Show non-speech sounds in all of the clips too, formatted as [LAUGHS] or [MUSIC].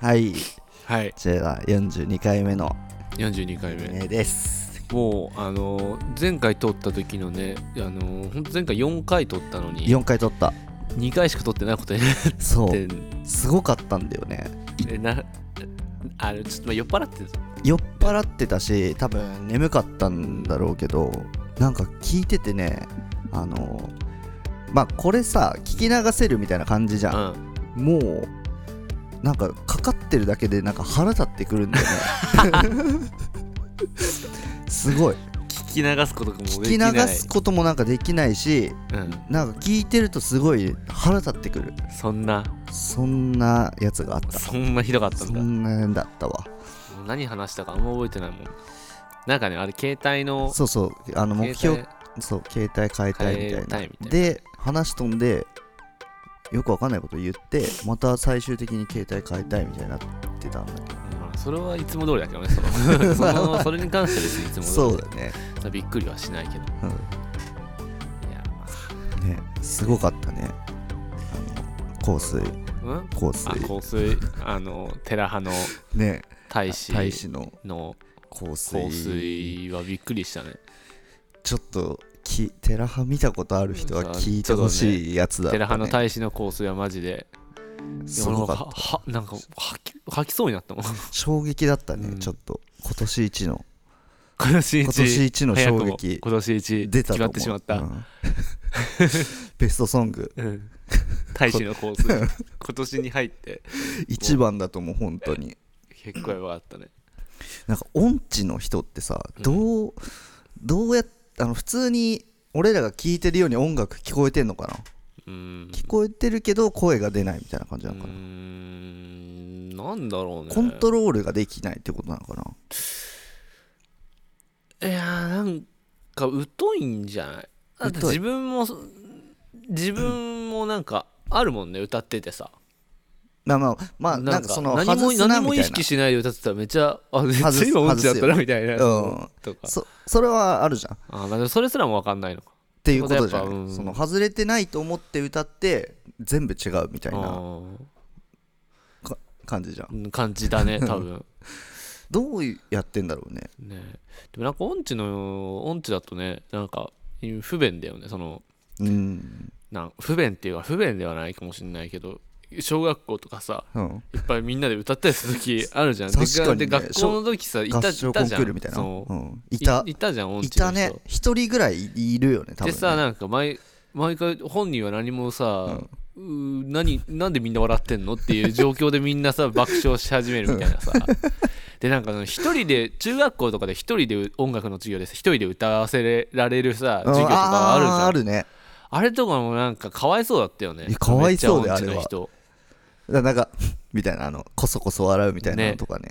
はいはいこちらが42回目の42回目目ですもうあのー前回撮った時のねあのーほんと前回4回撮ったのに4回撮った2回しか撮ってないことになっそてうすごかったんだよねえなあれちょっとまあ酔っ払ってる酔っ払ってたし多分眠かったんだろうけどなんか聞いててねあのまあこれさ聞き流せるみたいな感じじゃんうんもうなんかかかってるだけでなんか腹立ってくるんだよね [LAUGHS] すごい聞き流すことがもうでき聞きない流すこともなんかできないしうん、なんか聞いてるとすごい腹立ってくるそんなそんなやつがあったそんなひどかったんそだんなやだったわ何話したかあんま覚えてないもんなんかねあれ携帯のそうそうあの目標携そう携帯変えたいみた変いえなたいみたいなで話飛んでよくわかんないこと言ってまた最終的に携帯変えたいみたいになってたんだけど帯まあそれはいつも通りだけどねそ [LAUGHS] のそのそれに関しては別にいつも通りそうだねまあびっくりはしないけどいやまねすごかったねあの香水あうん香あ水香水あの寺派のね大使大使のの香香水水はびっくりしたねちょっときテラハ見たことある人は聞いてほしいやつだった、寺ね、派の大使の香水はマジですごかっいや俺もははなんか吐き吐きそうになったもん [LAUGHS] た衝撃だったね、うんちょっと今年一の今年一今年一の早衝くも撃今年一出たと思決まうってしまった、うん [LAUGHS] ベストソングうん、大使の香水今年に入って一番だと思う本当に結構やばかったねなんか音痴の人ってさどう、どうやっあの普通に俺らが聴いてるように音楽聞こえてんのかなうーん [LAUGHS] 聞こえてるけど声が出ないみたいな感じなのかうーな、んなんだろうねコントロールができないってことなのかないやーなんか疎いんじゃないだって疎い自分もそ自分もなんかあるもんね歌っててさまあまあまあなんかその何も外すな何みたも意いな識しないで歌ってたらめっちゃあめっちゃ外す今音痴だったなみたいな、うんとかそそれはあるじゃんっあまあでもそれすらも分かんないのかていうことじゃそん、うだやっぱうんその外れてないと思って歌って全部違うみたいなあ感じじゃんー感じ [LAUGHS] だね多分どうやってんだろうねねでもなんか音痴の音痴だとねなんか不便だよねそのうん、なん不便っていうか不便ではないかもしれないけど小学校とかさうん、いっぱいみんなで歌ったりす [LAUGHS] る時あるじゃんで確かにねで学校の時さいた合い唱コたンじクゃーんルみたいなそううん、いたいいたじゃん音い痴たの人ね一人ぐらいいるよね多分でねさなんか毎毎回本人は何もさ、うー何なんでみんな笑ってんのっていう状況でみん [LAUGHS] なさ爆笑し始めるみたいなさでなんかその一人で中学校とかで一人で音楽の授業でさ一人で歌わせられるさうん授業とかあるじゃんーああるねれとかもなんかかわいそうだったよねいやかわいそうでめっちゃ音痴の人だなんか [LAUGHS] みたいなあのこそこそ笑うみたいなのとかね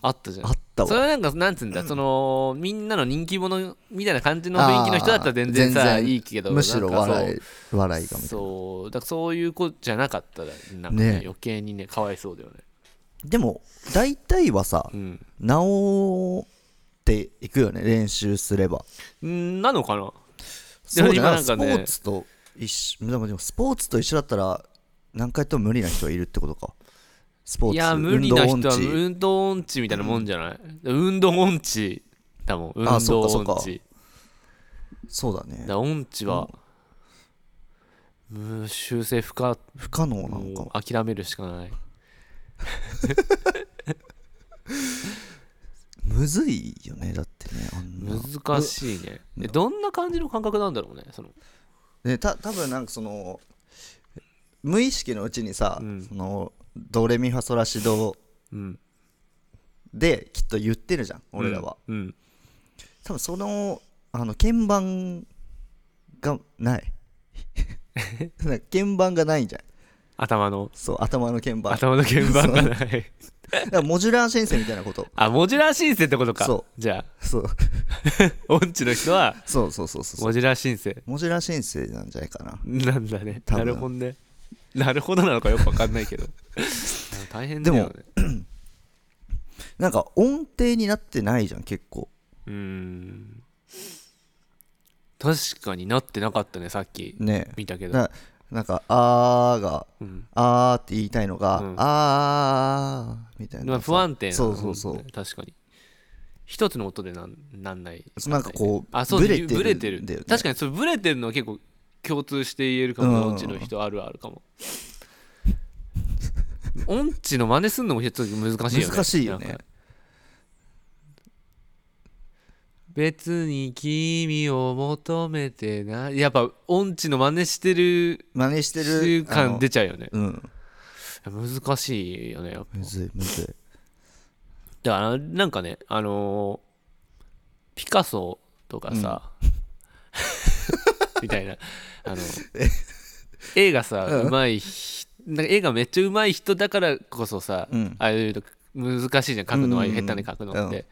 あったじゃんあったわそれはなんかなんつうんだ、そのみんなの人気者みたいな感じの雰囲気の人だったら全然さあー全然いいけどむしろなんかそう笑い笑いがみたいなそうだからそういう子じゃなかったらなんか、ねね余計にねかわいそうだよねでも大体はさうん直っていくよね練習すればうんなのかなでそもうじゃない今スなんポかねーツと一緒でもでもスポーツと一緒だったら何回やっても無理な人はいるってことかスポーツいや無理な運人動は音痴運動音痴みたいなもんじゃない、運動音痴だもん運あそ動っかそっか音痴そうだだねから音痴は、うん、修正不可不可能なものかもう諦めるしかないむずいよねだってねあんな難しいねえどんな感じの感覚なんだろうねそのねた多分なんかその無意識のうちにさ、うんそのドレミファソラシドうんできっと言ってるじゃん俺らは、うん多分そのあの鍵盤がない [LAUGHS] なんか鍵盤がないんじゃん頭のそう頭の鍵盤だか頭の鍵盤がないらモジュラー申請みたいなことあモジュラー申請ってことかそじゃそうあ音痴の人はそうそうそうそうそうモジュラー申請モジュラー申請なんじゃないかななんだね多な分るほどねなるほどなのかよくわかんないけど大変だよねでなんか音程になってないじゃん結構うーん確かになってなかったねさっきね見たけどだなんか「あー」がうん「あー」って言いたいのが「うんあー」みたいまあな不安定なそうそうそううん確かに一つの音でなんなんないなんかこうあそうねブブレレててるるんだよね確かにそれブレてるのは結構共通して言えるかうんも音痴の人あるあるかも音痴の真似すんのもちょっと難しいよね難しいよねなんか別に君を求めてないやっぱ音痴の真似してる真似してる習あの慣出ちゃうよねうん難しいよねやっぱむずいむずいだからなんかねあのーピカソとかさ、みたい [LAUGHS] なあの絵がさうんうま、いひなんか絵がめっちゃうまい人だからこそさ、うんああいうの難しいじゃん書くのはうん下手に書くのって、うんだか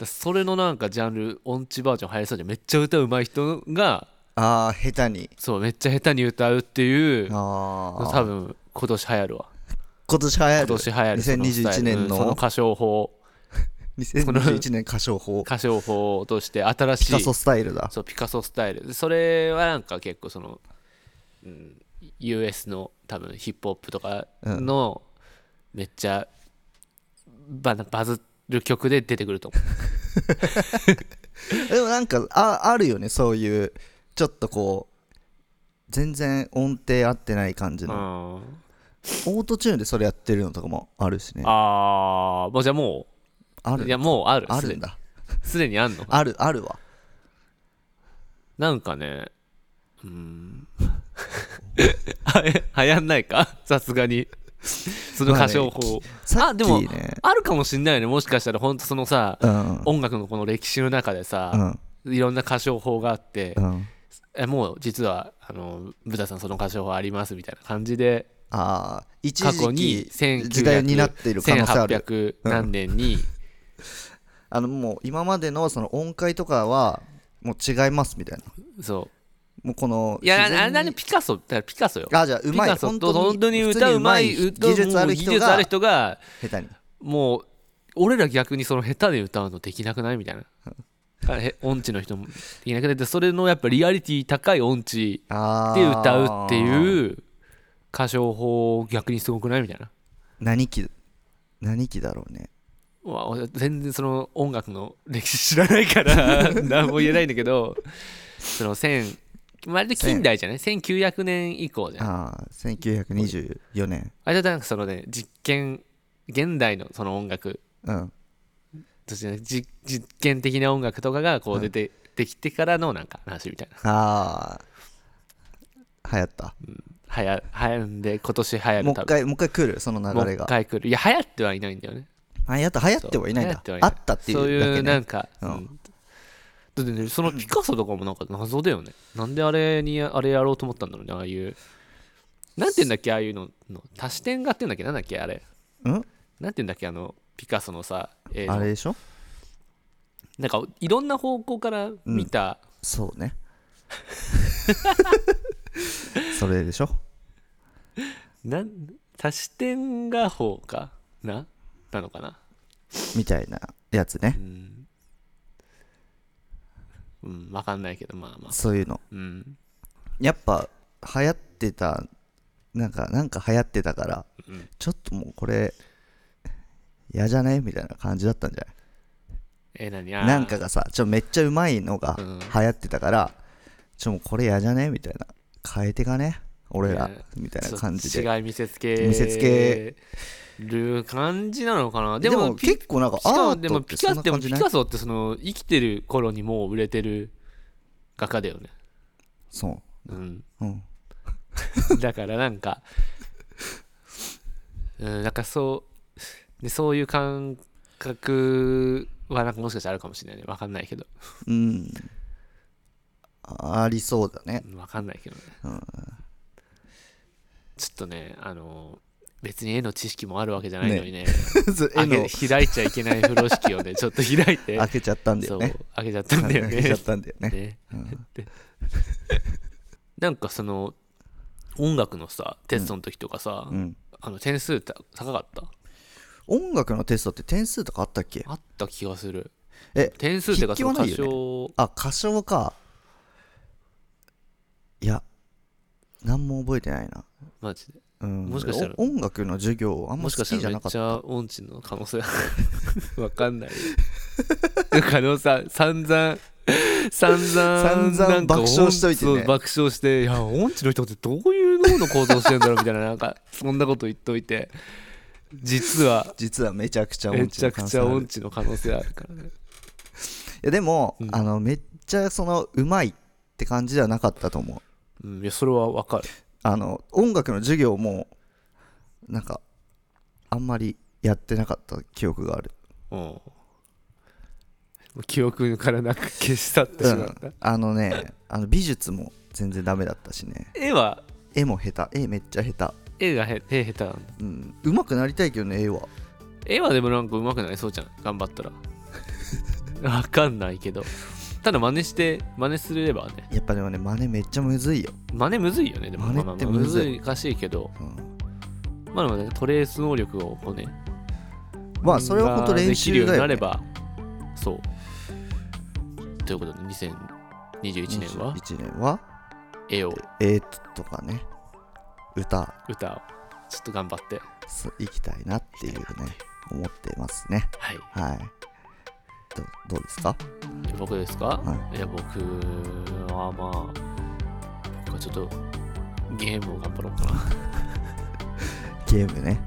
らそれのなんかジャンル音痴バージョン流行りそうじゃんめっちゃ歌うまい人がああ下手にそうめっちゃ下手に歌うっていうああ多分今年流行るわ今年流行る今年流行るそのスタイ2021ル年うんそのの歌唱法2021年歌唱法歌唱法として新しいピカソスタイルだそうピカソスタイルでそれはなんか結構その、うん、US の多分ヒップホップとかのめっちゃババズる曲で出てくると思 [LAUGHS] でもなんかああるよねそういうちょっとこう全然音程合ってない感じう、うの、んオートチューンでそれやってるのとかもあるしねあああもうじゃあもうるいやもうあるあするでんにだすでにあんのあるあるわなんかねうん [LAUGHS] はやんないかさすがにその歌唱法、さあっできもねあるかもしんないよねもしかしたらほんとそのさ、うん音楽のこの歴史の中でさ、うんいろんな歌唱法があって、うんえもう実はあのブダさんその歌唱法ありますみたいな感じでああ一過去時に期1900時代を担っている可能性ある1800何 [LAUGHS] 年に、あのもう今までのその音階とかはもう違いますみたいなそもうこのういや自な然になピカソだからピカソよあじゃあうピまいカソと本当に歌うまい普歌通に上手い技術ある人もう技術あがる人が下手にもう俺ら逆にその下手で歌うのできなくないみたいな。あへ音痴の人もできなくなってそれのやっぱリアリティ高い音痴あでー歌うっていう歌唱法逆にすごくないみたいな何期何期だろうねうわ俺全然その音楽の歴史知らないから [LAUGHS] 何も言えないんだけどその1000まるで近代じゃない1900年以降じゃんああ1924年あれだなんかそのね実験現代のその音楽 [LAUGHS] うんとしてねじ実験的な音楽とかがこう出て、できてからのなんか話みたいなああ流行ったはやはやんで今年流行るもう多一分回もう一回来るその流れもうが一回来るいや流行ってはいないんだよねあ流行った流行ってはいないん流行だってはいあないったっていそううだいけうなねんか、うんうんだってねそのピカソとかもなんか謎だよねなんであれにあれやろうと思ったんだろうねああいうなんて言うんだっけああいうのの多視点画って言うんだっけなんだっけあれうんなんて言うんだっけあのピカソのさ絵のあれでしょなんかいろんな方向から見た、そう [LAUGHS] ねそれでしょなん多視点画法かななのかなみたいなやつねうん、うん、わかんないけどまあまあそういうのうんやっぱ流行ってたなんかなんか流行ってたから、うんちょっともうこれ嫌じゃねみたいな感じだったんじゃないえ何あーなんかがさちょめっちゃうまいのがうん流行ってたから、ちょもうこれ嫌じゃねみたいな変えてかね俺らいやみたいそなう感じで違い見せつけ見せつける感じなのかなででももピ結構なんかしかアもーでトもってピそカんなでも感じピないカソってその生きてる頃にもう売れてる画家だよねそうんう、うん、だからなんか [LAUGHS] うんなんかそうでそういう感覚はなんかもしかしたらあるかもしれないねわかんないけどうん、ありそうだ [LAUGHS] ねわかんないけどね、ちょっとねあの別に絵の知識もあるわけじゃないのにね絵開けの開いちゃいけない風呂敷をねちょっと開いて開けちゃったんだそようね開けちゃったんだよ [LAUGHS] 開けちねゃったんだよ [LAUGHS] ねねでなんかその音楽のさテストの時とかさ、うんあの点数た高かった音楽のテストって点数とかあったっけあった気がするえ点数っていうか筆記そはないよねの歌唱、あ歌唱かいや何も覚えてないな、マジでうん、もしかしたらお音楽の授業あんまもし好かきしじたゃらめなかったっちゃ音痴の可能性ある [LAUGHS] わかんないよ加納さん散々散々散々なんか爆笑しといてねそう爆笑していや音痴の人ってどういう脳の構造してんだろうみたいななんかそんなこと言っといて実は実はめちゃくちゃ音め痴ちのゃく感ち想ゃある音痴の可能性あるからねいやでも、うんあのめっちゃそのうまいって感じではなかったと思ううんいやそれはわかるあの音楽の授業もなんかあんまりやってなかった記憶がある、うん記憶からなく消し去ってうしまっんた、、あのねあの美術も全然ダメだったしね絵は絵も下手絵めっちゃ下絵がへ絵下手なんだ手うんうまくなりたいけどね絵は絵はでもなんか上手くなりそうじゃん頑張 [LAUGHS] ったらわかんないけどただ真似して真似すればねやっぱでもね真似めっちゃむずいよ、真似むずいよねでも真似ってまあまあまあむずい難しいけどうんまあでもねトレース能力をこうねまあそれは本当練ができ習るようだによ、なねれ、ばそうということで2021年は1年は絵をえー、とかね歌歌をちょっと頑張ってそう行きたいなっていうね思ってますねはいはいどどうですか僕ですか、、はいや僕はまあ僕はちょっとゲームを頑張ろうかなゲームね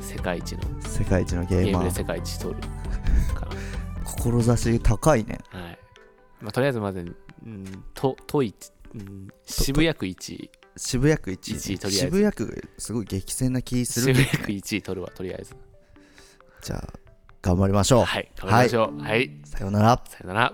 世界一の世界一のゲーゲーマムでー世界一取るか志高いねな。はい。まあ、とりあえずまず、うん、と、とい、うん、渋谷区1位。渋谷区1位一位とりあえず渋谷区すごい激戦な気す渋るけ谷ど区1位取るわ、とりあえず。じゃあ頑張りましょう、はい、頑張りましょう。はい、さようならさよなら。